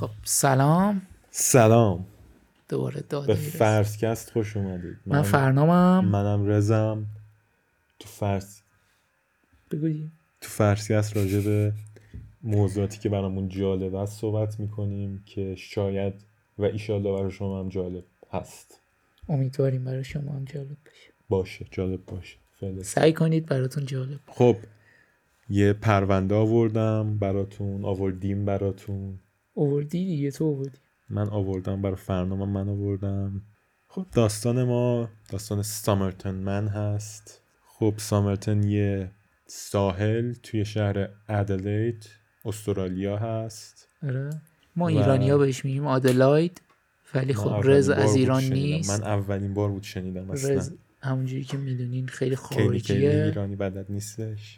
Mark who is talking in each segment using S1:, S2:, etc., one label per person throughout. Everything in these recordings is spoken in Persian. S1: خب، سلام
S2: سلام
S1: دوباره داد
S2: به
S1: میرسه
S2: فرسکست خوش اومدید
S1: من فرنامم
S2: منم رزم تو فرس
S1: بگو دیگه.
S2: تو فرسکست راجع به موضوعاتی که برامون جالب است صحبت میکنیم که شاید و ایشالله برای شما هم جالب هست
S1: امیدواریم برای شما هم جالب باشه
S2: باشه جالب باشه فعلا.
S1: سعی کنید براتون جالب
S2: خب یه پرونده آوردم براتون آوردیم براتون
S1: اووردی دیگه تو اووردی
S2: من آوردم برای فرنامه من آوردم خب داستان ما داستان سامرتن من هست خب سامرتن یه ساحل توی شهر ادلید استرالیا هست
S1: آره ما
S2: و-
S1: ایرانیا بهش میگیم آدلاید ولی
S2: من
S1: خب
S2: اولین
S1: رز
S2: بار
S1: از
S2: بود
S1: ایران
S2: شنیدم.
S1: نیست
S2: من اولین بار بود شنیدم
S1: رز
S2: اصلا
S1: همونجوری که میدونین خیلی
S2: خیلی خیلی
S1: خارجیه
S2: ایرانی بلد نیستش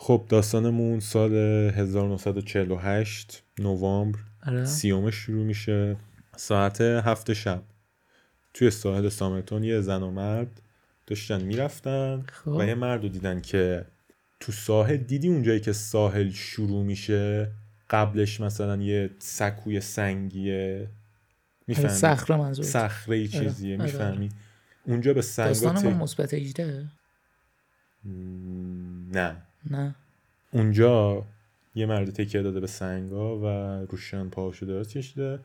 S2: خب داستانمون سال 1948 نوامبر
S1: آره
S2: سیومه شروع میشه ساعت هفت شب توی ساحل سامتون یه زن و مرد داشتن میرفتن
S1: خب.
S2: و یه مرد رو دیدن که تو ساحل دیدی اونجایی که ساحل شروع میشه قبلش مثلا یه سکوی سنگیه
S1: آره،
S2: میفهمی
S1: صخره منظور
S2: صخره ای
S1: آره،
S2: چیزیه
S1: آره،
S2: میفهمی اونجا به سنگا
S1: داستان ما
S2: تک-
S1: مثبت 18
S2: م، نه
S1: نه
S2: اونجا یه مرد تکیه داده به سنگا و روشن پاهاشو دراز کشیده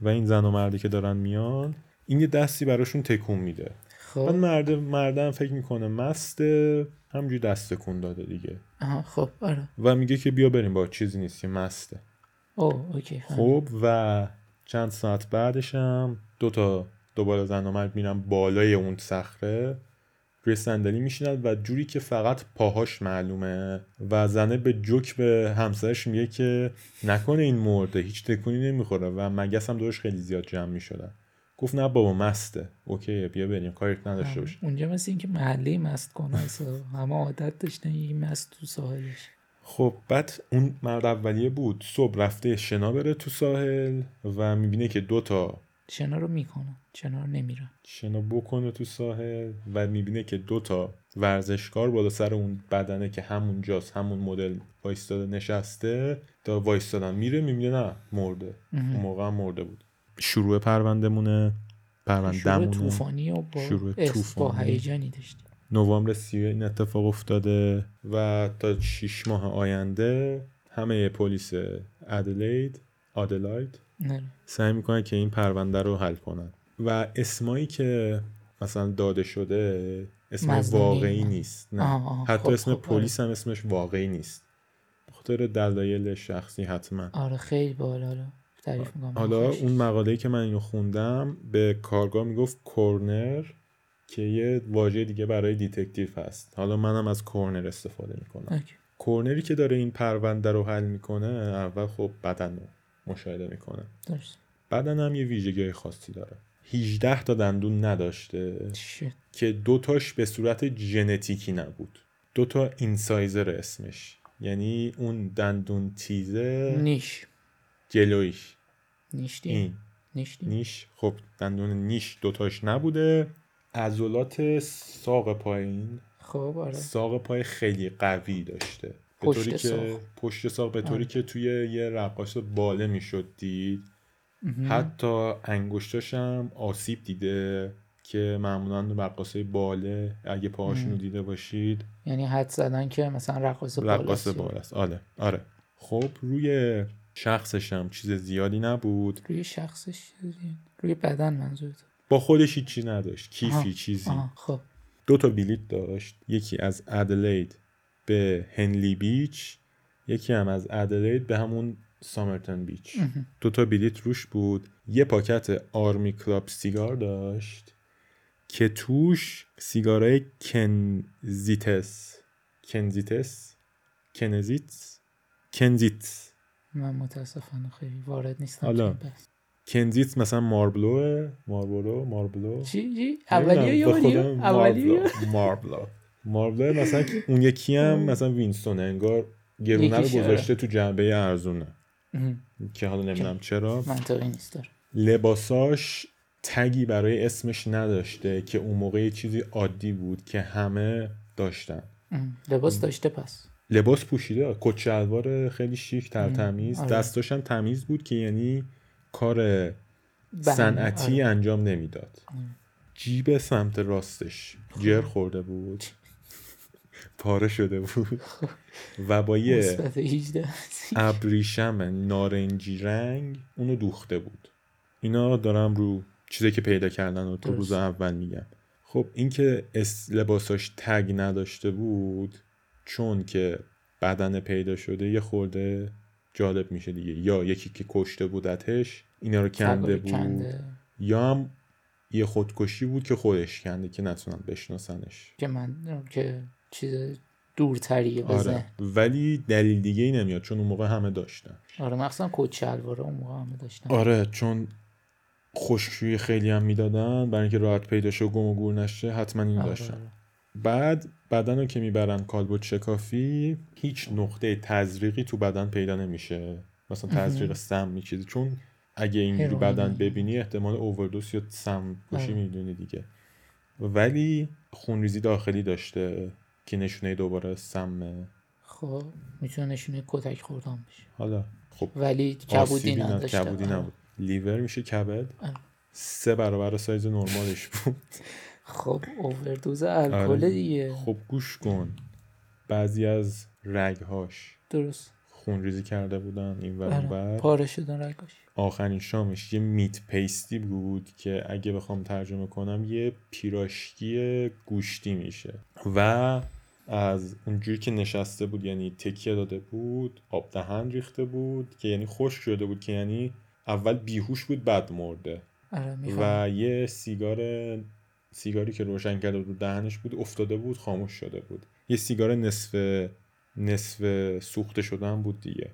S2: و این زن و مردی که دارن میان این یه دستی براشون تکون میده بعد
S1: خب
S2: مرد مردم فکر میکنه مسته همجوری دست تکون داده دیگه
S1: آها خب آره
S2: و میگه که بیا بریم با چیزی نیست که مسته
S1: او اوکی خب
S2: خب و چند ساعت بعدش هم دو تا دوباره زن و مرد میرن بالای اون صخره روی صندلی میشینن و جوری که فقط پاهاش معلومه و زنه به جوک به همسرش میگه که نکنه این مرده هیچ تکونی نمیخوره و مگس هم دورش خیلی زیاد جمع میشدن گفت نه بابا مسته اوکی بیا بریم کاریت نداشته باشه
S1: اونجا مثل اینکه محله مست کنه اصلا. همه عادت داشتن یه مست تو ساحلش
S2: خب بعد اون مرد اولیه بود صبح رفته شنا بره تو ساحل و میبینه که دو تا
S1: شنا رو میکنم شنا رو نمیرم
S2: شنا بکنه تو ساحل و میبینه که دو تا ورزشکار بالا سر اون بدنه که همون جاست همون مدل وایستاده نشسته تا وایستادن میره میبینه نه مرده اون موقع هم مرده بود شروع پروندهمونه
S1: شروع
S2: پروندهمونه
S1: طوفانی و با
S2: شروع
S1: احس- با
S2: طوفانی.
S1: هیجانی داشتی
S2: نوامبر سی این اتفاق افتاده و تا شیش ماه آینده همه پلیس ادلید آدلاید
S1: نه
S2: سعی میکنن که این پرونده رو حل کنن و اسمایی که مثلا داده شده اسم
S1: مظنونی.
S2: واقعی نیست نه
S1: آه، آه،
S2: حتی
S1: خب،
S2: اسم
S1: خب،
S2: پلیس هم اسمش واقعی نیست بخاطر دلایل شخصی حتما
S1: آره خیلی بالا حالا تعریف میکنم
S2: حالا اون مقاله که من اینو خوندم به کارگاه میگفت کورنر که یه واژه دیگه برای دیتکتیو هست حالا منم از کورنر استفاده میکنم کورنری که داره این پرونده رو حل میکنه اول خب بدن رو مشاهده میکنه
S1: درست
S2: بدن هم یه ویژگی خاصی داره 18 تا دندون نداشته
S1: شت.
S2: که دوتاش به صورت ژنتیکی نبود دوتا اینسایزر اسمش یعنی اون دندون تیزه
S1: نیش
S2: جلویش
S1: نیشتی
S2: این
S1: نیشتی
S2: نیش خب دندون نیش دوتاش نبوده عضلات ساق پایین
S1: خب آره
S2: ساق پای خیلی قوی داشته به
S1: پشت
S2: طوری که
S1: ساق.
S2: پشت ساق به
S1: آره.
S2: طوری که توی یه رقاص باله میشد دید حتی انگشتاش هم آسیب دیده که معمولا رقاصه باله اگه پاهاشون رو دیده باشید
S1: یعنی حد زدن که مثلا رقاص بالا
S2: رقاصه باله است آره آره خب روی شخصش هم چیز زیادی نبود
S1: روی شخصش چیزی؟ روی بدن منظور
S2: با خودش هیچی نداشت
S1: آها.
S2: کیفی چیزی
S1: آها خب
S2: دو تا بلیت داشت یکی از ادلید به هنلی بیچ یکی هم از ادلید به همون سامرتن بیچ دو تا بلیت روش بود یه پاکت آرمی کلاب سیگار داشت که توش سیگارای کنزیتس کنزیتس کنزیت کنزیت
S1: من متاسفانه خیلی وارد نیستم
S2: حالا.
S1: تو این بحث.
S2: کنزیت مثلا ماربلوه ماربلو ماربلو
S1: چی چی
S2: نمی‌دونم،
S1: اولیه
S2: به
S1: یا
S2: خدا
S1: اولیه اولیه
S2: ماربلا ماربلا ماربلا مثلا اون یکی هم مثلا وینستون انگار گرونه رو
S1: یکیش، آره.
S2: گذاشته تو جنبه ارزونه
S1: مهم.
S2: که حالا نمیدونم چرا
S1: منطقی نیست داره
S2: لباساش تگی برای اسمش نداشته که اون موقع یه چیزی عادی بود که همه داشتن
S1: ام. لباس داشته پس
S2: لباس پوشیده کت شلوار خیلی شیک ترتمیز
S1: آره.
S2: دستاش هم تمیز بود که یعنی کار
S1: بهم،
S2: صنعتی
S1: آره.
S2: انجام نمیداد جیب سمت راستش جر خورده بود پاره شده بود و با یه
S1: مثبت 18
S2: ابریشم نارنجی رنگ اونو دوخته بود اینا دارم رو چیزی که پیدا کردن و تو
S1: درست.
S2: روز اول میگم خب اینکه اس لباساش تگ نداشته بود چون که بدن پیدا شده یه خورده جالب میشه دیگه یا یکی که کشته بودتش اینا رو کنده
S1: تبر
S2: بود
S1: کنده
S2: یا هم یه خودکشی بود که خودش کنده که نتونن بشناسنش
S1: که من که چیز دورتریه به
S2: آره
S1: ذهن.
S2: ولی دلیل دیگه ای نمیاد چون اون موقع همه داشتن
S1: آره مخصوصا کت شلواره اون موقع همه داشتن
S2: آره چون خوششویی خیلی هم میدادن برای اینکه راحت پیدا شه و گم و گور نشه حتما اینو
S1: آره،
S2: داشتن
S1: آره.
S2: بعد بدن رو که میبرن کالبد شکافی هیچ نقطه تزریقی تو بدن پیدا نمیشه مثلا تزریق سم می چیزی چون اگه اینجوری
S1: هروئین.
S2: بدن ببینی احتمال اووردوس یا سم کشی
S1: آره.
S2: میدونی دیگه ولی خونریزی داخلی داشته که نشونه دوباره سمه
S1: خب میتونه نشونه کتک خوردن بشه
S2: حالا خب
S1: ولی
S2: آسیبی
S1: کبودی
S2: نه-
S1: نداشته
S2: کبودی
S1: آره.
S2: نبود لیور میشه کبد
S1: آره.
S2: سه برابر سایز نرمالش بود
S1: خب اووردوز
S2: آره.
S1: الکل دیگه
S2: خب گوش کن بعضی از رگهاش
S1: درست
S2: خونریزی کرده بودن این ور اون
S1: آره.
S2: ور
S1: پاره شدن رگاش
S2: آخرین شامش یه میت پیستی بود که اگه بخوام ترجمه کنم یه پیراشکی گوشتی میشه و از اونجوری که نشسته بود یعنی تکیه داده بود آب دهن ریخته بود که یعنی خشک شده بود که یعنی اول بیهوش بود بعد مرده
S1: آره میخوام
S2: و یه سیگار سیگاری که روشن کرده بود دهنش بود افتاده بود خاموش شده بود یه سیگار نصف نصف سوخته شده هم بود دیگه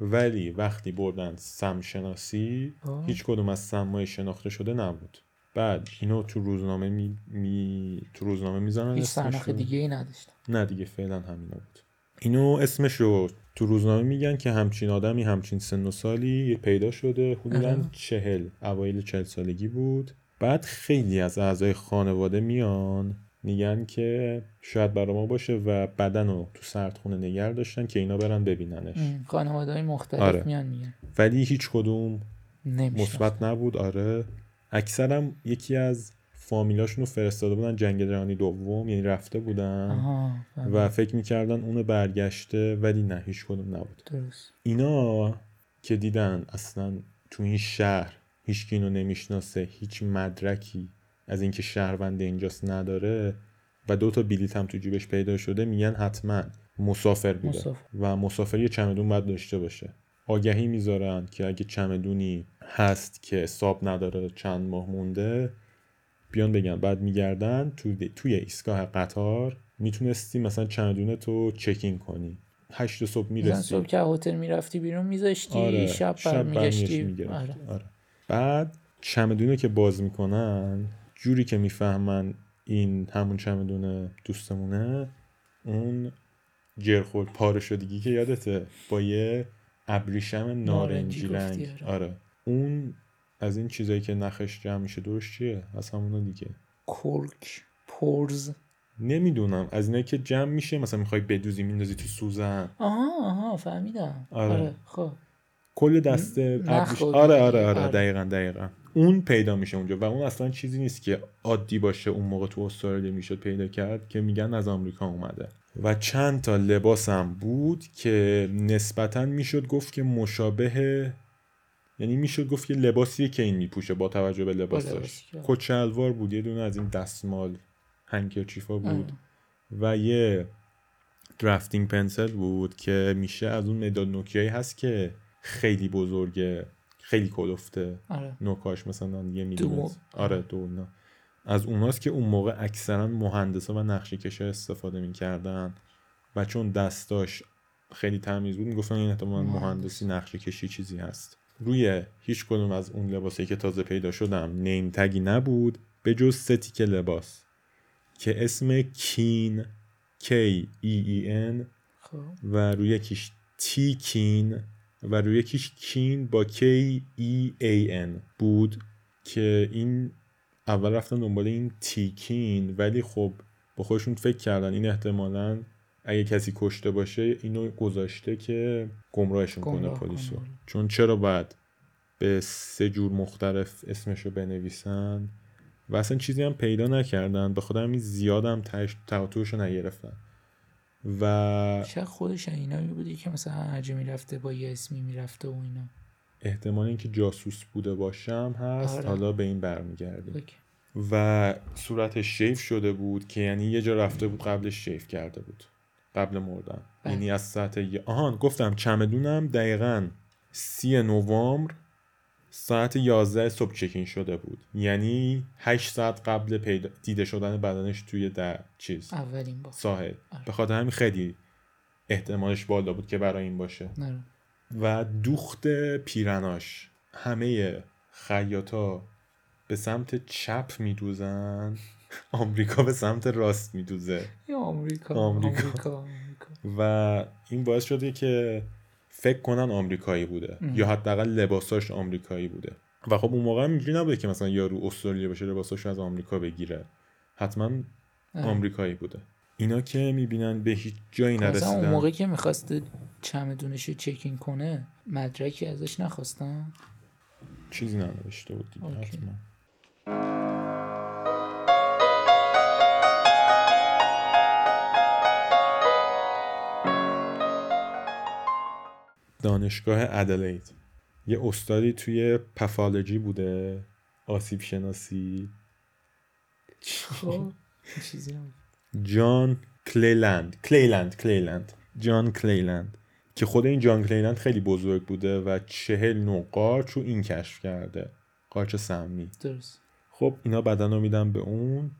S2: ولی وقتی بردن سم شناسی
S1: آه.
S2: هیچ کدوم از سمای شناخته شده نبود بعد اینو تو روزنامه می, می... تو روزنامه میزنن
S1: هیچ
S2: اسمش
S1: سرنخ
S2: رو.
S1: دیگه ای نداشتم
S2: نه دیگه فعلا همینا بود اینو اسمش رو تو روزنامه میگن که همچین آدمی همچین سن و سالی پیدا شده حدودا
S1: آره.
S2: چهل اوایل چهل سالگی بود بعد خیلی از اعضای خانواده میان میگن که شاید برا ما باشه و بدن رو تو سردخونه نگر داشتن که اینا برن ببیننش
S1: خانواده های مختلف
S2: آره.
S1: میان میگن
S2: ولی هیچ کدوم
S1: نمیشه
S2: مثبت نبود آره اکثرم یکی از فامیلاشون رو فرستاده بودن جنگ جهانی دوم یعنی رفته بودن
S1: آها فهمیدم.
S2: و فکر میکردن اونو برگشته ولی نه هیچ کدوم نبود
S1: درست
S2: اینا که دیدن اصلا تو این شهر هیچ اینو نمیشناسه هیچ مدرکی از اینکه شهروند اینجاست نداره و دو تا بلیت هم تو جیبش پیدا شده میگن حتما مسافر بوده
S1: مسافر.
S2: و مسافر یه چمدون باید داشته باشه آگهی میذارن که اگه چمدونی هست که حساب نداره چند ماه مونده بیان بگن بعد میگردن تو توی ایستگاه قطار میتونستی مثلا چمدون تو چکین کنی هشت صبح
S1: مثلا
S2: میرسی
S1: صبح که هتل میرفتی بیرون میذاشتی
S2: آره
S1: شب,
S2: برمیگشت
S1: برمیگشتی
S2: می‌گرفت.
S1: آره.
S2: آره. بعد چمدون رو که باز میکنن جوری که میفهمن این همون چمدون دوستمونه اون جرخورد پاره شدگی که یادته با یه ابریشم
S1: نارنجی
S2: نارنجی
S1: گفتی،
S2: رنگ
S1: آره.
S2: آره اون از این چیزایی که نخش جمع میشه درش چیه از همونا دیگه
S1: کرک پرز
S2: نمیدونم از اینایی که جمع میشه مثلا میخوای بدوزی میندازی تو سوزن
S1: آها آها فهمیدم
S2: آره.
S1: آره, خب
S2: کل دسته
S1: نخ
S2: ابریش-
S1: و-
S2: آره آره آره
S1: آره.
S2: دقیقا دقیقا اون پیدا میشه اونجا و اون اصلا چیزی نیست که عادی باشه اون موقع تو استرالیا میشد پیدا کرد که میگن از آمریکا اومده و چند تا لباسم بود که نسبتا میشد گفت که مشابه یعنی میشد گفت که لباسیه که این میپوشه با توجه به لباسش
S1: لباسی که-
S2: کت شلوار بود یه دونه از این دستمال هنکرچیفا بود و یه درافتینگ پنسل بود که میشه از اون مداد نوکیایی هست که خیلی بزرگه خیلی کلفته
S1: آره
S2: نوکاش مثلا یه
S1: مو-
S2: میلیون آره دو نه. از اوناست که اون موقع اکثرا مهندسا و نقشه کشا استفاده میکردن و چون دستاش خیلی تمیز بود میگفتن این احتمالا
S1: مهندس.
S2: مهندسی نقشه کشی چیزی هست روی هیچ کدوم از اون لباسایی که تازه پیدا شدم نیم تگی نبود به جز سه تیکه لباس که اسم کین K E E N
S1: خب
S2: و روی یکیش تی کین و روی یکیش کین با K E A N بود که این اول رفتن دنبال این تی کین ولی خب با خودشون فکر کردن این احتمالا اگه کسی کشته باشه اینو گذاشته که گمراهشون کنه
S1: گمراه
S2: پلیس رو
S1: کنه.
S2: چون چرا باید به سه جور مختلف اسمش رو بنویسن و اصلا چیزی هم پیدا نکردن به خودم این زیادم تش... تعاطوش رو نگرفتن و
S1: شاید خودش اینایی بوده که مثلا هرجا میرفته با یه اسمی میرفته و اینا
S2: احتمال اینکه جاسوس بوده باشم هست
S1: آره.
S2: حالا به این برمیگردیم
S1: اوکی.
S2: و صورتش شیف شده بود که یعنی یه جا رفته بود قبلش شیف کرده بود قبل مردن
S1: بله.
S2: یعنی از ساعت یه آهان گفتم چمدونم دقیقا سی نوامبر ساعت 11 صبح چکین شده بود یعنی 8 ساعت قبل پیدا... دیده شدن بدنش توی در چیز
S1: اولین بار
S2: ساحل
S1: آره.
S2: به خاطر همین خیلی احتمالش بالا بود که برای این باشه
S1: نرو
S2: و دوخت پیرناش همه خیاطا به سمت چپ میدوزن آمریکا به سمت راست میدوزه
S1: یا آمریکا
S2: آمریکا.
S1: آمریکا آمریکا
S2: و این باعث شده که فکر کنن آمریکایی بوده
S1: ام.
S2: یا حداقل لباساش آمریکایی بوده و خب اون موقع هم اینجوری نبوده که مثلا یارو استرالیا باشه لباساش از آمریکا بگیره حتما
S1: آره.
S2: آمریکایی بوده اینا که میبینن به هیچ جایی
S1: خب مثلا اون موقع
S2: نرسیدن
S1: که میخواسته چمدونش رو چکین کنه مدرکی ازش نخواستن
S2: چیزی ننوشته بود دیگه
S1: اوکی.
S2: حتما دانشگاه ادلید یه استادی توی پفالوجی بوده آسیب شناسی
S1: خب چیزی نبود.
S2: جان کلیلند کلیلند کلیلند جان کلیلند که خود این جان کلیلند خیلی بزرگ بوده و چهل نوع قارچ رو این کشف کرده قارچ سمی
S1: درست
S2: خب اینا بدن رو میدن به اون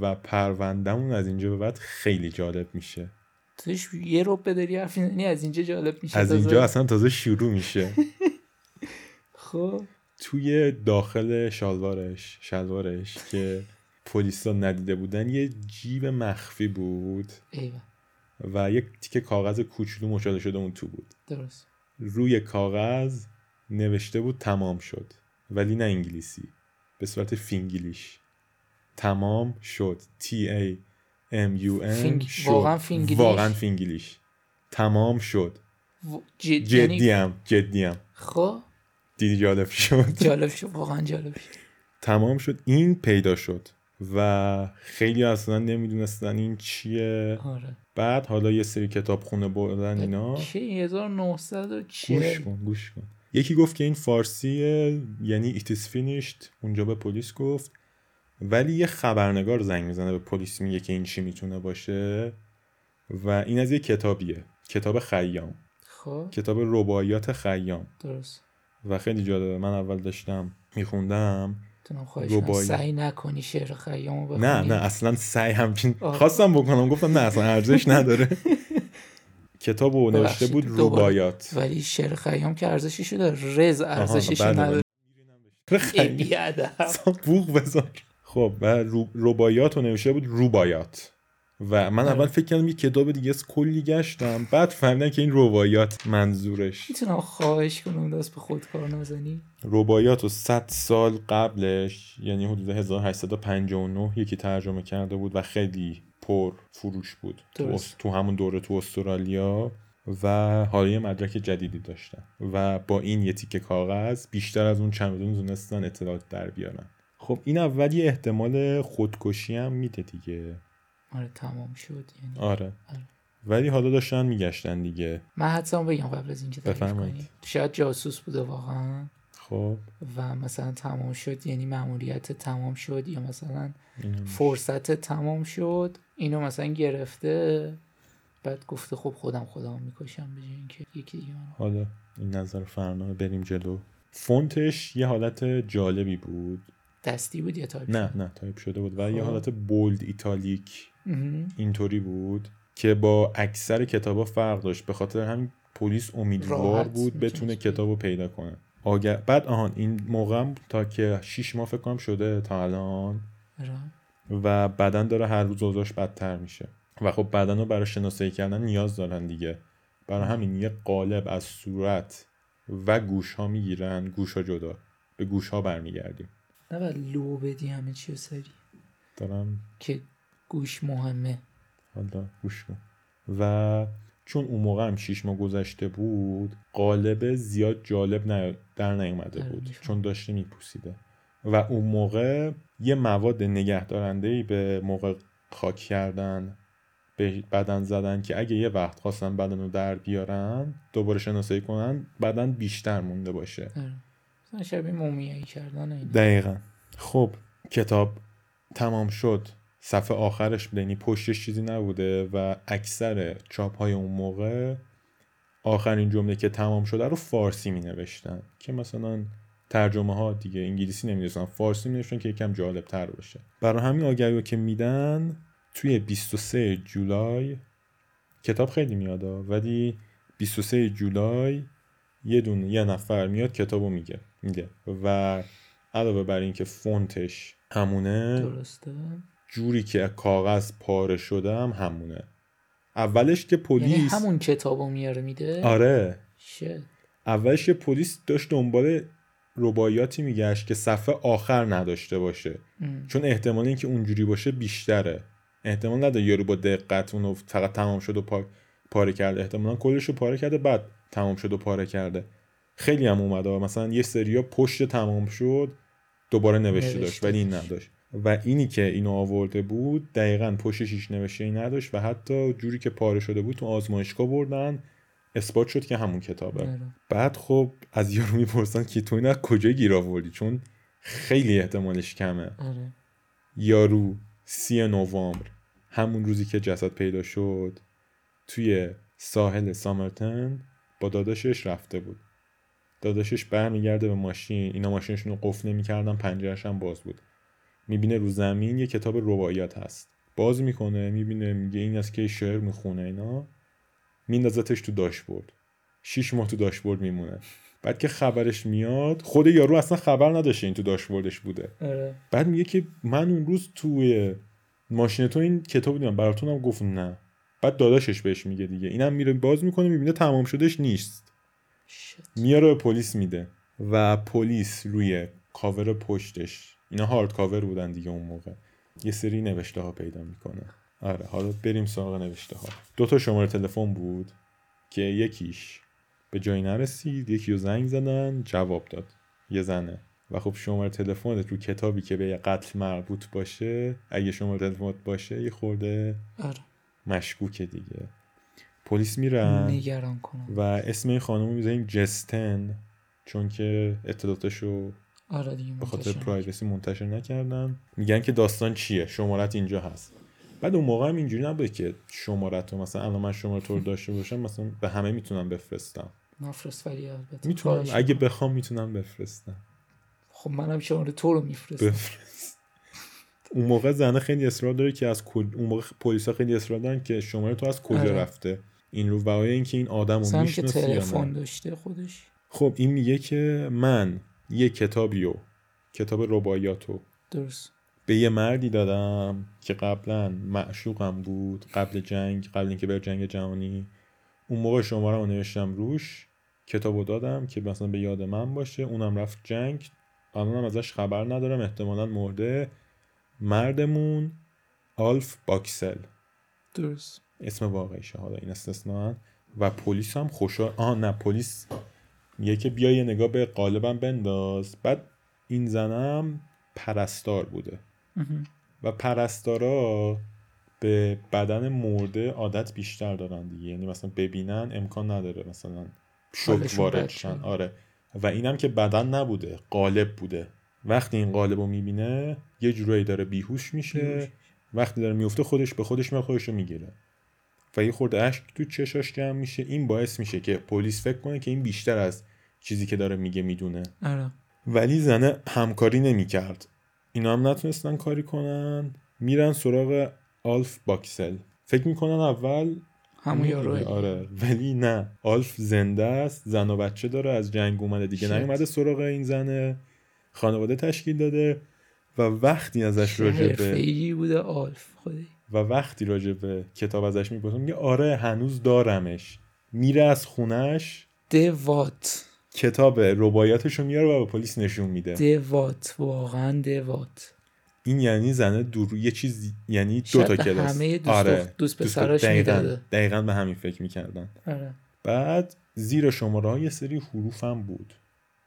S2: و پروندهمون از اینجا به بعد خیلی جالب میشه
S1: توش یه رو بداری حرف یعنی از اینجا جالب میشه
S2: از
S1: تازه.
S2: اینجا اصلا تازه شروع میشه
S1: خب
S2: توی داخل شلوارش شلوارش که پلیسا ندیده بودن یه جیب مخفی بود
S1: ایوه
S2: و یک تیکه کاغذ کوچولو مچاله شده اون تو بود
S1: درست
S2: روی کاغذ نوشته بود تمام شد ولی نه انگلیسی به صورت فینگلیش تمام شد T A M U N
S1: فینگ-
S2: شد
S1: واقعاً فینگلیش؟
S2: واقعاً فینگلیش تمام شد
S1: و- جد... یعنی-
S2: جدیم جدیم
S1: خب
S2: دیدی جالب شد
S1: جالب شد واقعا جالب شد
S2: تمام شد این پیدا شد و خیلی اصلا نمیدونستن این چیه
S1: آره
S2: بعد حالا یه سری کتاب خونه بردن اینا
S1: چه 1900 و
S2: خب. گوش
S1: چه
S2: کن گوش کن یکی گفت که این فارسیه یعنی it is finished اونجا به پلیس گفت ولی یه خبرنگار زنگ میزنه به پلیس میگه که این چی میتونه باشه و این از یه کتابیه کتاب خیام
S1: خب
S2: کتاب رباعیات خیام
S1: درست
S2: و خیلی جالبه من اول داشتم میخوندم
S1: تونم خواهش
S2: ربایی.
S1: کنم سعی نکنی شعر خیامو بخونی
S2: نه نه اصلا سعی همچین
S1: آه.
S2: خواستم بکنم گفتم نه اصلا ارزش نداره کتاب رو نوشته
S1: ببخشید،
S2: بود
S1: دوباره.
S2: رباعیات
S1: ولی شعر خیام که ارزشش داره رز
S2: آها،
S1: ارزشش
S2: بله، بله.
S1: نداره ای
S2: خیام.
S1: بی‌ادب.
S2: اصلا بوغ بذار خب و رو- رباعیات رو نوشته بود روبایات و من
S1: آره.
S2: اول فکر کردم یه کتاب دیگه است کلی گشتم بعد فهمیدم که این رباعیات منظورش
S1: میتونم خواهش کنم دست به خود کار نزنی
S2: رباعیات رو 100 سال قبلش یعنی حدود 1859 یکی ترجمه کرده بود و خیلی پر فروش بود تو,
S1: درست.
S2: اس- تو همون دوره تو استرالیا و حالا یه مدرک جدیدی داشتن و با این یه تیکه کاغذ بیشتر از اون چمدون تونستن اطلاعات در بیارن خب این اول یه احتمال خودکشی هم میده دیگه
S1: آره تمام شد یعنی
S2: آره
S1: آره.
S2: ولی حالا داشتن میگشتن دیگه
S1: من حدسم بگم قبل از اینکه تعریف
S2: بفرمایید.
S1: کنی شاید جاسوس بوده واقعا
S2: خب
S1: و مثلا تمام شد یعنی مأموریت تمام شد یا مثلا
S2: این هم-
S1: فرصت تمام شد اینو مثلا گرفته بعد گفته خب خودم خودم میکشم به جای اینکه یکی دیگه منو-
S2: حالا این نظر فرنا بریم جلو فونتش یه حالت جالبی بود
S1: دستی بود یا تایپ
S2: نه نه تایپ شده بود و یه
S1: خب.
S2: حالت بولد ایتالیک
S1: مهم.
S2: اینطوری بود که با اکثر کتابا فرق داشت به خاطر همین پلیس امیدوار
S1: راحت
S2: بود بتونه
S1: می‌تونست بگه.
S2: کتاب رو پیدا کنه آگر... بعد آهان این موقع هم تا که 6 ماه فکر کنم شده تا الان
S1: آره.
S2: و بدن داره هر روز اوضاعش بدتر میشه و خب بدن رو برای شناسایی کردن نیاز دارن دیگه برای همین یه قالب از صورت و گوش ها میگیرن گوش ها جدا به گوش ها برمیگردیم
S1: نه بعد لو بدی همه چی و سری
S2: دارم
S1: که گوش مهمه
S2: حالا گوش کن و چون اون موقع هم شیش ماه گذشته بود قالب زیاد جالب نی- در نیومده
S1: آره،
S2: بود
S1: می‌فهمم.
S2: چون داشته میپوسیده و اون موقع یه مواد نگه ای به موقع خاک کردن به بدن زدن که اگه یه وقت خواستن بدن رو در بیارن دوباره شناسایی کنن بدن بیشتر مونده باشه
S1: آره. مثلا شبیه مومیایی کردن اینا.
S2: دقیقا خب کتاب تمام شد صفحه آخرش بوده یعنی پشتش چیزی نبوده و اکثر چاپ های اون موقع آخرین جمله که تمام شده رو فارسی می نوشتن که مثلا ترجمه ها دیگه انگلیسی نمی نوشتن فارسی می نوشتن که یکم جالب تر باشه برای همین آگهی رو که میدن توی 23 جولای کتاب خیلی میاد ها، ولی 23 جولای یه دونه یه نفر میاد کتابو میگه میده و علاوه بر اینکه فونتش همونه
S1: درسته
S2: جوری که کاغذ پاره شده هم همونه اولش که
S1: یعنی
S2: پلیس
S1: همون کتابو میاره میده
S2: آره
S1: شت.
S2: اولش که پلیس داشت دنبال رباعیاتی میگشت که صفحه آخر نداشته باشه
S1: ام.
S2: چون احتمال اینکه اونجوری باشه بیشتره احتمال نداره یارو با دقت اونو فقط تمام شد و پا- پاره کرده احتمالا کلش رو پاره کرده بعد تمام شد و پاره کرده خیلی هم اومده مثلا یه سریا پشت تمام شد دوباره نوشته داشت
S1: نوشته
S2: ولی این
S1: داشت.
S2: نداشت و اینی که اینو آورده بود دقیقا پشتش هیچ نوشته ای نداشت و حتی جوری که پاره شده بود تو آزمایشگاه بردن اثبات شد که همون کتابه
S1: آره.
S2: بعد خب از یارو میپرسن که تو اینا کجا گیر آوردی چون خیلی احتمالش کمه
S1: آره.
S2: یارو سی نوامبر همون روزی که جسد پیدا شد توی ساحل سامرتن با داداشش رفته بود داداشش برمیگرده به ماشین اینا ماشینشون رو قفل نمیکردن پنجرش هم باز بود میبینه رو زمین یه کتاب روایات هست باز میکنه میبینه میگه این از که شعر میخونه اینا میندازتش تو داشبورد شیش ماه تو داشبورد میمونه بعد که خبرش میاد خود یارو اصلا خبر نداشته این تو داشبوردش بوده
S1: آره.
S2: بعد میگه که من اون روز توی ماشین تو این کتاب دیدم براتون هم گفت نه بعد داداشش بهش میگه دیگه اینم میره باز میکنه میبینه تمام شدش نیست
S1: شت.
S2: میاره به پلیس میده و پلیس روی کاور پشتش اینا هارد کاور بودن دیگه اون موقع یه سری نوشته ها پیدا میکنه آره حالا بریم سراغ نوشته ها دو تا شماره تلفن بود که یکیش به جایی نرسید یکی رو زنگ زدن جواب داد یه زنه و خب شماره تلفنت رو کتابی که به قتل مربوط باشه اگه شماره تلفنت باشه یه خورده
S1: آره.
S2: مشکوکه دیگه پلیس میرن
S1: نگران کنم
S2: و اسم این خانم رو میذاریم جستن چون که اطلاعاتش رو
S1: آره دیگه
S2: به خاطر
S1: منتشر.
S2: پرایوسی منتشر نکردن میگن که داستان چیه شمارت اینجا هست بعد اون موقع هم اینجوری نبوده که شمارت رو مثلا الان من شماره تو رو داشته باشم مثلا به همه میتونم بفرستم
S1: نفرست ولی البته
S2: میتونم
S1: خواهش.
S2: اگه بخوام میتونم بفرستم
S1: خب منم شماره تو رو میفرستم
S2: بفرست اون موقع زنه خیلی اصرار داره که از کد... اون موقع پلیسا خیلی اصرار دارن که شماره تو از کجا
S1: آره.
S2: رفته این رو برای اینکه این آدم رو
S1: مثلا که
S2: میشناسی یا نه
S1: تلفن داشته خودش
S2: خب این میگه که من یه کتابیو کتاب رباعیاتو
S1: درست
S2: به یه مردی دادم که قبلا معشوقم بود قبل جنگ قبل اینکه بره جنگ جهانی اون موقع شماره رو نوشتم روش کتابو دادم که مثلا به یاد من باشه اونم رفت جنگ الانم ازش خبر ندارم احتمالا مرده مردمون آلف باکسل
S1: درست
S2: اسم واقعیشه حالا این استثنا و پلیس هم خوشحال آها نه پلیس میگه که بیا یه نگاه به قالبم بنداز بعد این زنم پرستار بوده
S1: مهم.
S2: و پرستارا به بدن مرده عادت بیشتر دارن دیگه یعنی مثلا ببینن امکان نداره مثلا شک
S1: حالشون
S2: وارد
S1: بد
S2: شن
S1: شه.
S2: آره و اینم که بدن نبوده قالب بوده وقتی این قالب رو میبینه یه جورایی داره بیهوش
S1: بیهوش
S2: میشه وقتی داره میفته خودش به خودش میاد خودش رو میگیره و یه خورده اشک تو چشاش جمع میشه این باعث میشه که پلیس فکر کنه که این بیشتر از چیزی که داره میگه میدونه
S1: آره
S2: ولی زنه همکاری نمیکرد اینا هم نتونستن کاری کنن میرن سراغ آلف باکسل فکر میکنن اول
S1: همون
S2: دیگه،
S1: یارو
S2: آره ولی نه آلف زنده است زن و بچه داره از جنگ اومده دیگه
S1: شت.
S2: نیومده سراغ این زنه خانواده تشکیل داده و وقتی ازش راجع به
S1: حرفه‌ای بوده آلف خودی
S2: و وقتی راجع به کتاب ازش میپرسن میگه آره هنوز دارمش میره از خونش
S1: دوات
S2: کتاب رباعیاتش رو میاره و به پلیس نشون میده
S1: دوات واقعا دوات
S2: این یعنی زنه دور یه چیز یعنی دو تا
S1: شاید به
S2: کلاس
S1: همه دوست,
S2: آره
S1: دوست
S2: دوست
S1: پسراش
S2: دقیقاً,
S1: میداده
S2: دقیقاً به همین فکر میکردن
S1: آره
S2: بعد زیر شماره ها یه سری حروف هم بود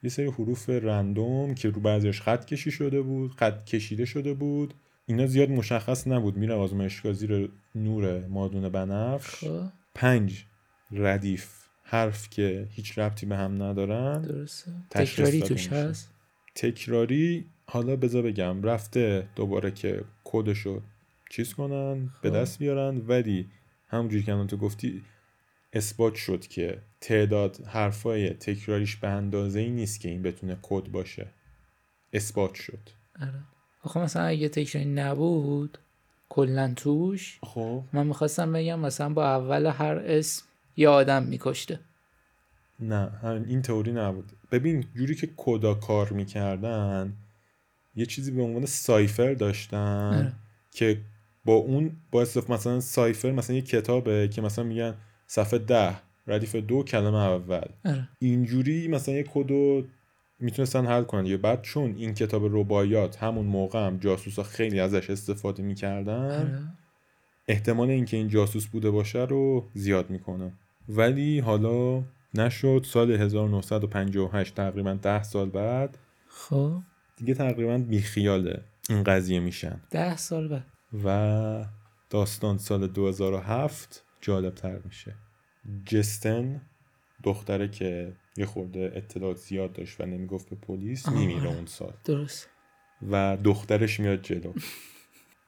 S2: یه سری حروف رندوم که رو بعضیش خط کشی شده بود خط کشیده شده بود اینا زیاد مشخص نبود میره آزمایشگاه زیر نور مادون بنفش
S1: خب
S2: پنج ردیف حرف که هیچ ربطی به هم ندارن
S1: درسته
S2: تشخیص
S1: تکراری
S2: داده
S1: توش
S2: میشه.
S1: هست
S2: تکراری حالا بذار بگم رفته دوباره که کدشو چیز کنن به
S1: خب.
S2: دست بیارن ولی همونجوری که الان تو گفتی اثبات شد که تعداد حرفای تکراریش به اندازه ای نیست که این بتونه کد باشه اثبات شد
S1: آره آخه مثلا اگه تکراری نبود کلا توش
S2: خب
S1: من میخواستم بگم مثلا با اول هر اسم یه آدم میکشته
S2: نه هم- این تئوری نبود ببین جوری که کدا کار میکردن یه چیزی به عنوان سایفر داشتن
S1: آره.
S2: که با اون با استف مثلا سایفر مثلا یه کتابه که مثلا میگن صفحه ده ردیف دو کلمه اول
S1: آره
S2: اینجوری مثلا یه کدو میتونستن حل کنن یه بعد چون این کتاب رباعیات همون موقع هم جاسوسا خیلی ازش استفاده میکردن
S1: آره
S2: احتمال اینکه این جاسوس بوده باشه رو زیاد میکنه ولی حالا نشد سال 1958 تقریبا 10 سال بعد
S1: خب
S2: دیگه تقریبا بیخیال این قضیه میشن
S1: ده سال بعد
S2: و داستان سال 2007 جالب تر میشه جستن دختره که یه خورده اطلاعات زیاد داشت و نمیگفت به پلیس
S1: آها.
S2: میمیره اون سال
S1: درست
S2: و دخترش میاد جلو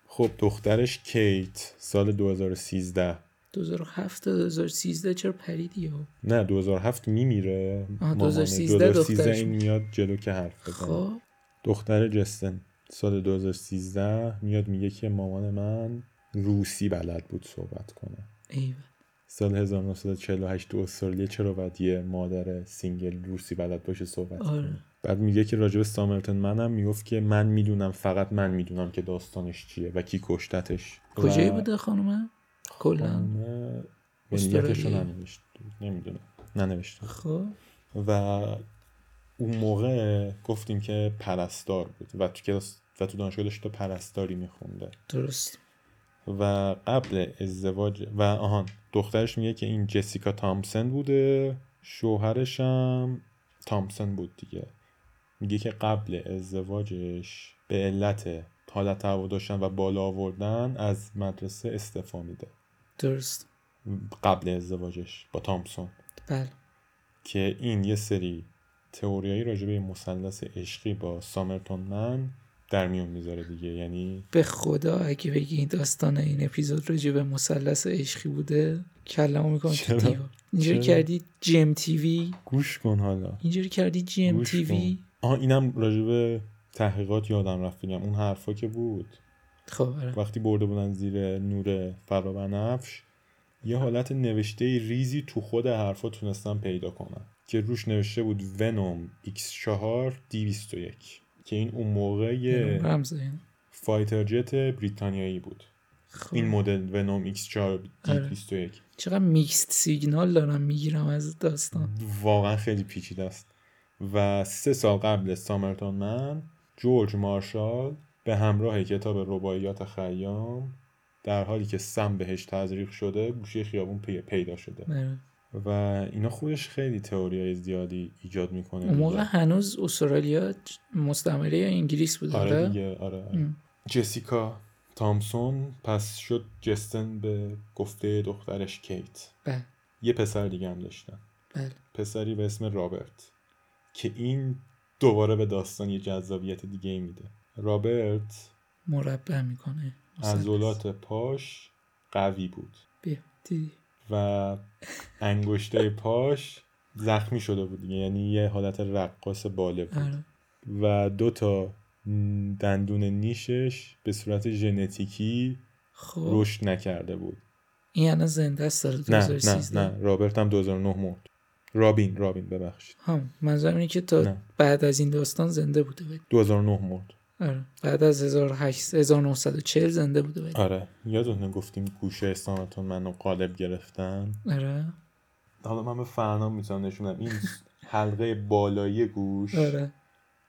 S2: خب دخترش کیت سال 2013
S1: 2007 تا 2013 چرا پریدی ها
S2: نه 2007 میمیره
S1: آها،
S2: مامانه.
S1: 2013 دخترش
S2: این میاد جلو که حرف بزنه
S1: خب
S2: دختر جستن سال 2013 میاد میگه که مامان من روسی بلد بود صحبت کنه
S1: ایوه
S2: سال 1948 تو استرالیا چرا باید یه مادر سینگل روسی بلد باشه صحبت
S1: آره.
S2: کنه بعد میگه که راجب سامرتون منم میگفت که من میدونم فقط من میدونم که داستانش چیه و کی کشتتش
S1: کجایی
S2: و
S1: بوده خانومه کلا
S2: خانم ملیتش رو
S1: استرالیا.
S2: ننوشت نمیدونم ننوشت
S1: خب
S2: و اون موقع گفتیم که پرستار بود و تو کلاس و تو دانشگاه داشت تا پرستاری میخونده
S1: درست
S2: و قبل ازدواج و آهان دخترش میگه که این جسیکا تامسن بوده شوهرش هم تامسن بود دیگه میگه که قبل ازدواجش به علت حالت هوا داشتن و بالا آوردن از مدرسه استعفا میده
S1: درست
S2: قبل ازدواجش با تامسون
S1: بله
S2: که این یه سری تئوریایی راجع به مثلث عشقی با سامرتون من در میون میذاره دیگه یعنی
S1: به خدا اگه بگی این داستان این اپیزود راجع به مثلث عشقی بوده کلمو میکنم تو
S2: چرا؟
S1: دیوار اینجوری
S2: چرا؟
S1: کردی جم تیوی
S2: گوش کن حالا
S1: اینجوری کردی جی ام
S2: گوش
S1: تی وی
S2: کن. آها اینم راجب تحقیقات یادم رفت بگم اون حرفا که بود
S1: خب آره.
S2: وقتی برده بودن زیر نور فرابنفش یه حالت نوشته ریزی تو خود حرفا تونستم پیدا کنم که روش نوشته بود ونوم X4 201 که این اون موقع یه
S1: اینم رمزه این.
S2: فایتر جت بریتانیایی بود
S1: خب.
S2: این مدل ونوم X4 D21
S1: چقدر میکست سیگنال دارم میگیرم از داستان
S2: واقعا خیلی پیچیده است و سه سال قبل سامرتون من جورج مارشال به همراه کتاب رباعیات خیام در حالی که سم بهش تزریق شده گوشه خیابون پی- پیدا شده
S1: آره.
S2: و اینا خودش خیلی تئوری زیادی ایجاد میکنه
S1: اون موقع هنوز استرالیا مستعمره انگلیس بود
S2: آره
S1: آره
S2: دیگه آره, آره.
S1: ام.
S2: جسیکا تامسون پس شد جستن به گفته دخترش کیت
S1: بله
S2: یه پسر دیگه هم داشتن
S1: بله
S2: پسری به اسم رابرت که این دوباره به داستان یه جذابیت دیگه میده رابرت
S1: مربع میکنه
S2: عضلات پاش قوی بود
S1: بیا دیدی
S2: و انگشته پاش زخمی شده بود دیگه یعنی یه حالت رقاص باله بود
S1: آره.
S2: و دو تا دندون نیشش به صورت ژنتیکی
S1: خب
S2: رشد نکرده بود
S1: این الان زنده است سال
S2: نه نه
S1: 2013
S2: نه رابرت هم 2009 مرد رابین رابین ببخشید
S1: هم منظورم اینه که تا
S2: نه.
S1: بعد از این داستان زنده بوده ولی
S2: 2009 مرد
S1: آره بعد از 1800 1940 زنده بوده ولی
S2: آره یادتونه گفتیم گوشه سامتون منو قالب گرفتن
S1: آره
S2: حالا من به فرنام میتونم نشونم این حلقه بالایی گوش
S1: آره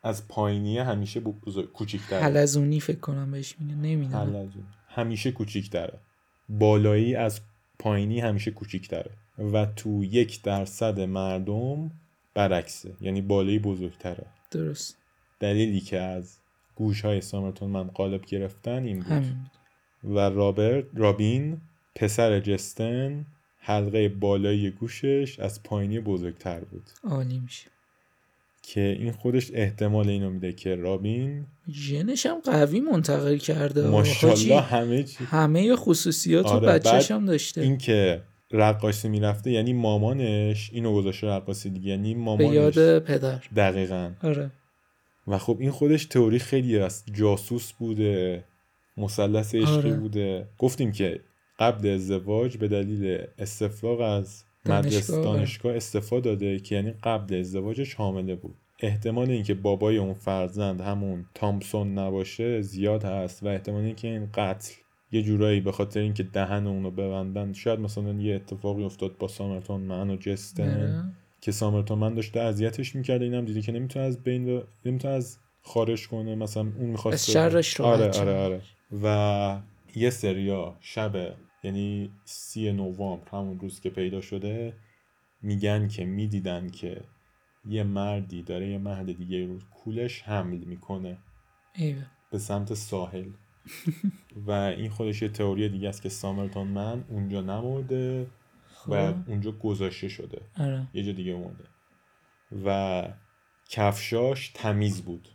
S2: از پایینیه همیشه بزرگ کوچیک‌تره
S1: حلزونی فکر کنم بهش میگن نمیدونم
S2: حلزون. همیشه کوچیک‌تره بالایی از پایینی همیشه کوچیک‌تره و تو یک درصد مردم برعکسه یعنی بالایی بزرگتره
S1: درست
S2: دلیلی که از گوش های سامرتون من قالب گرفتن این بود
S1: همین بود.
S2: و رابرت رابین پسر جستن حلقه بالایی گوشش از پایینی بزرگتر بود
S1: عالی میشه
S2: که این خودش احتمال اینو میده که رابین
S1: ژنش هم قوی منتقل کرده حاجی،
S2: ماشاءالله همه چی
S1: همه خصوصیات
S2: آره،
S1: رو بچهش
S2: بعد
S1: هم داشته
S2: این که رقاصی میرفته یعنی مامانش اینو گذاشته رقاصی دیگه یعنی
S1: به
S2: مامانش
S1: یاد پدر
S2: دقیقا
S1: آره
S2: و خب این خودش تئوری خیلی از جاسوس بوده مثلث عشقی
S1: آره.
S2: بوده گفتیم که قبل ازدواج به دلیل استفراغ از مدرسه
S1: دانشگاه. آره.
S2: دانشگاه استفاده داده که یعنی قبل ازدواجش حامله بود احتمال اینکه بابای اون فرزند همون تامسون نباشه زیاد هست و احتمال اینکه این قتل یه جورایی به خاطر اینکه دهن اونو ببندن شاید مثلا یه اتفاقی افتاد با سامرتون من و جستن
S1: آره.
S2: که سامرتون من داشته اذیتش میکرده اینم دیدی که نمیتونه از بین ب... نمیتونه از خارج کنه مثلا اون میخواست
S1: از شرش راحت
S2: آره
S1: شه.
S2: آره آره و یه سریا شب یعنی سی نوامبر همون روز که پیدا شده میگن که میدیدن که یه مردی داره یه مرد دیگه رو کولش حمل میکنه
S1: ایوه.
S2: به سمت ساحل و این خودش یه تئوری دیگه است که سامرتون من اونجا نمرده و
S1: خب.
S2: اونجا گذاشته شده
S1: آره
S2: یه جا دیگه مونده و کفشاش تمیز بود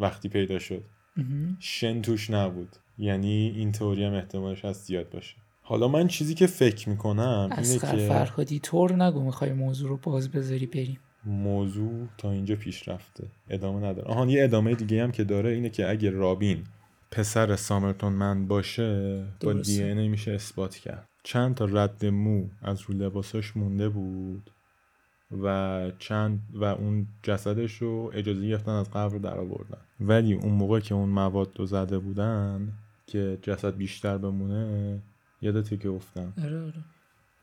S2: وقتی پیدا شد
S1: مهم.
S2: شن توش نبود یعنی این تئوری هم احتمالش هست زیاد باشه حالا من چیزی که فکر میکنم اینه
S1: اسخر
S2: که
S1: فرهادی طور نگو میخوای موضوع رو باز بذاری بریم
S2: موضوع تا اینجا پیش رفته ادامه نداره آهان یه ادامه دیگه هم که داره اینه که اگه رابین پسر سامرتون من باشه با
S1: درسته.
S2: دی میشه اثبات کرد چند تا رد مو از رو لباساش مونده بود و چند و اون جسدش رو اجازه گرفتن از قبر در آوردن ولی اون موقع که اون مواد رو زده بودن که جسد بیشتر بمونه یادته که گفتم
S1: آره آره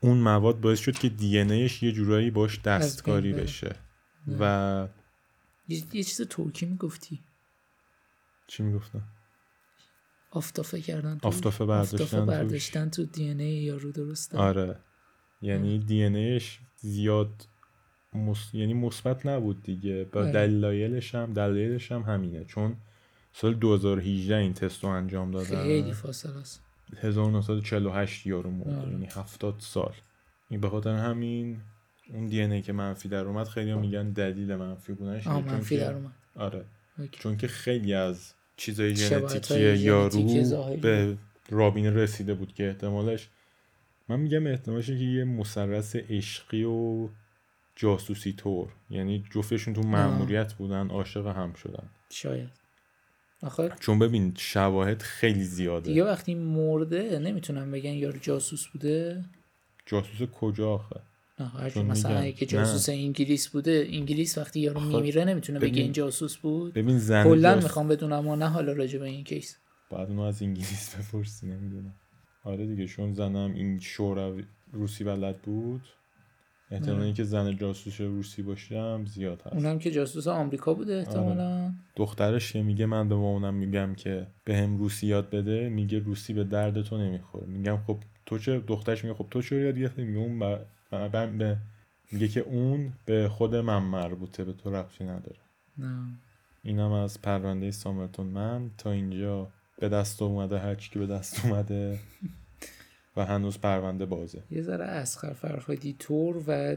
S2: اون مواد باعث شد که دی یه جورایی باش دستکاری
S1: بره.
S2: بشه و
S1: یه, یه چیز ترکی میگفتی
S2: چی میگفتم
S1: آفتافه کردن تو
S2: آفتافه برداشتن
S1: آفتافه
S2: توش.
S1: برداشتن تو دی ان ای یارو درسته
S2: آره یعنی دی زیاد مس... یعنی مثبت نبود دیگه با
S1: آره.
S2: دلایلش هم دلایلش هم همینه چون سال 2018 این تست رو انجام
S1: خیلی
S2: دادن
S1: فاصله است
S2: 1948 یارو مرده
S1: آره.
S2: یعنی 70 سال این به خاطر همین اون دی که منفی در اومد خیلی میگن دلیل منفی بودنش
S1: آه
S2: اینه، چون
S1: منفی
S2: که-
S1: در اومد
S2: آره
S1: اوکی.
S2: چون که خیلی از چیزای ژنتیکی
S1: شباهت‌های ژنتیکی
S2: یارو
S1: ظاهری.
S2: به رابین رسیده بود که احتمالش من میگم احتمالش اینه که یه مثلث عشقی و جاسوسی طور یعنی جفتشون تو مأموریت بودن عاشق هم شدن
S1: شاید آخه
S2: چون ببین شواهد خیلی زیاده
S1: دیگه وقتی مرده نمیتونم بگن یارو جاسوس بوده
S2: جاسوس کجا آخه
S1: نه هرچی
S2: چون
S1: مثلا
S2: میگن-
S1: اگه جاسوس انگلیس بوده انگلیس وقتی یارو
S2: آخه
S1: میمیره نمیتونه بگه
S2: ببین-
S1: این جاسوس بود
S2: ببین زن
S1: کلا
S2: جاس-
S1: میخوام بدونم و نه حالا راجع به این کیس
S2: بعد اونو از انگلیس بپرسی نمیدونم آره دیگه چون زنم این شوروی روسی بلد بود احتمال
S1: آره.
S2: اینکه زن جاسوس روسی باشم زیاد هست
S1: اونم که جاسوس آمریکا بوده
S2: آره.
S1: احتمالا
S2: دخترش که میگه من به مامانم میگم که به هم روسی یاد بده میگه روسی به درد تو نمیخوره میگم خب تو چه دخترش میگه خب تو چه یاد گرفتی میگه اون ب... ب... ب- به- میگه که اون به خود من مربوطه به تو ربطی نداره
S1: نه
S2: اینم از پرونده سامرتون من تا اینجا به دست اومده هرچی که به دست اومده و هنوز پرونده بازه
S1: یه ذره اسخر فرهادی تور و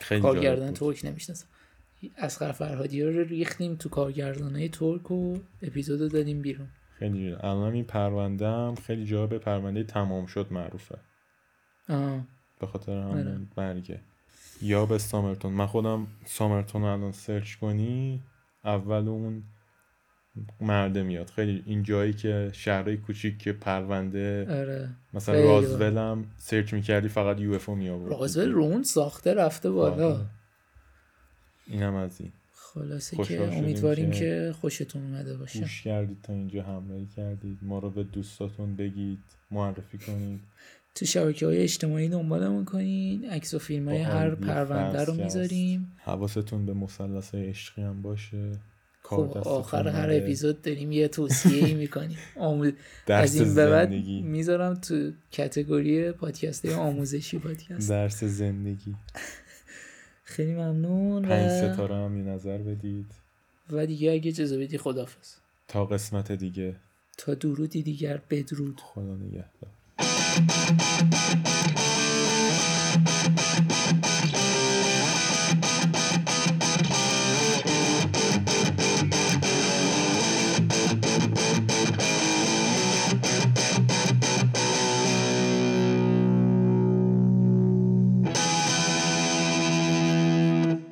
S2: خیلی جالب
S1: کارگردان
S2: بود.
S1: ترک نمیشناسم اسخر فرهادی رو ریختیم تو کارگردانه ترک و اپیزودو دادیم بیرون
S2: خیلی جالب. الان این پرونده هم خیلی جا به پرونده تمام شد معروفه
S1: آه.
S2: به خاطر
S1: آره.
S2: همون مرگه یا به سامرتون من خودم سامرتون رو الان سرچ کنی اول اون مرده میاد خیلی این جایی که شهرهای کوچیک که پرونده
S1: آره
S2: مثلا
S1: خیلی بار.
S2: رازول هم سرچ میکردی فقط یو اف او میآورد
S1: رازول رو اون ساخته رفته بالا
S2: اینم از این
S1: خلاصه
S2: خوشحال
S1: که
S2: شدیم
S1: امیدواریم
S2: که-
S1: که خوشتون اومده باشه
S2: گوش کردید تا اینجا همراهی کردید ما رو به دوستاتون بگید معرفی کنید
S1: تو شبکه های اجتماعی دنبالمون کنین عکس و فیلم های
S2: با
S1: هر
S2: آیدی
S1: پرونده
S2: فصل
S1: رو
S2: هست.
S1: میذاریم
S2: حواستون به مثلث عشقی هم باشه کار
S1: خب
S2: دست
S1: آخر
S2: خانواده.
S1: هر اپیزود داریم یه توصیه ای میکنیم آموز... از
S2: درس
S1: این به بعد
S2: زندگی
S1: میذارم تو کتگوری پادکست آموزشی پادکست
S2: درس زندگی
S1: خیلی ممنون
S2: پنج
S1: و,
S2: ستاره هم یه نظر بدید
S1: و دیگه اگه اجازه بدی خدافز
S2: تا قسمت دیگه
S1: تا درودی دیگر بدرود
S2: خدا نگهدار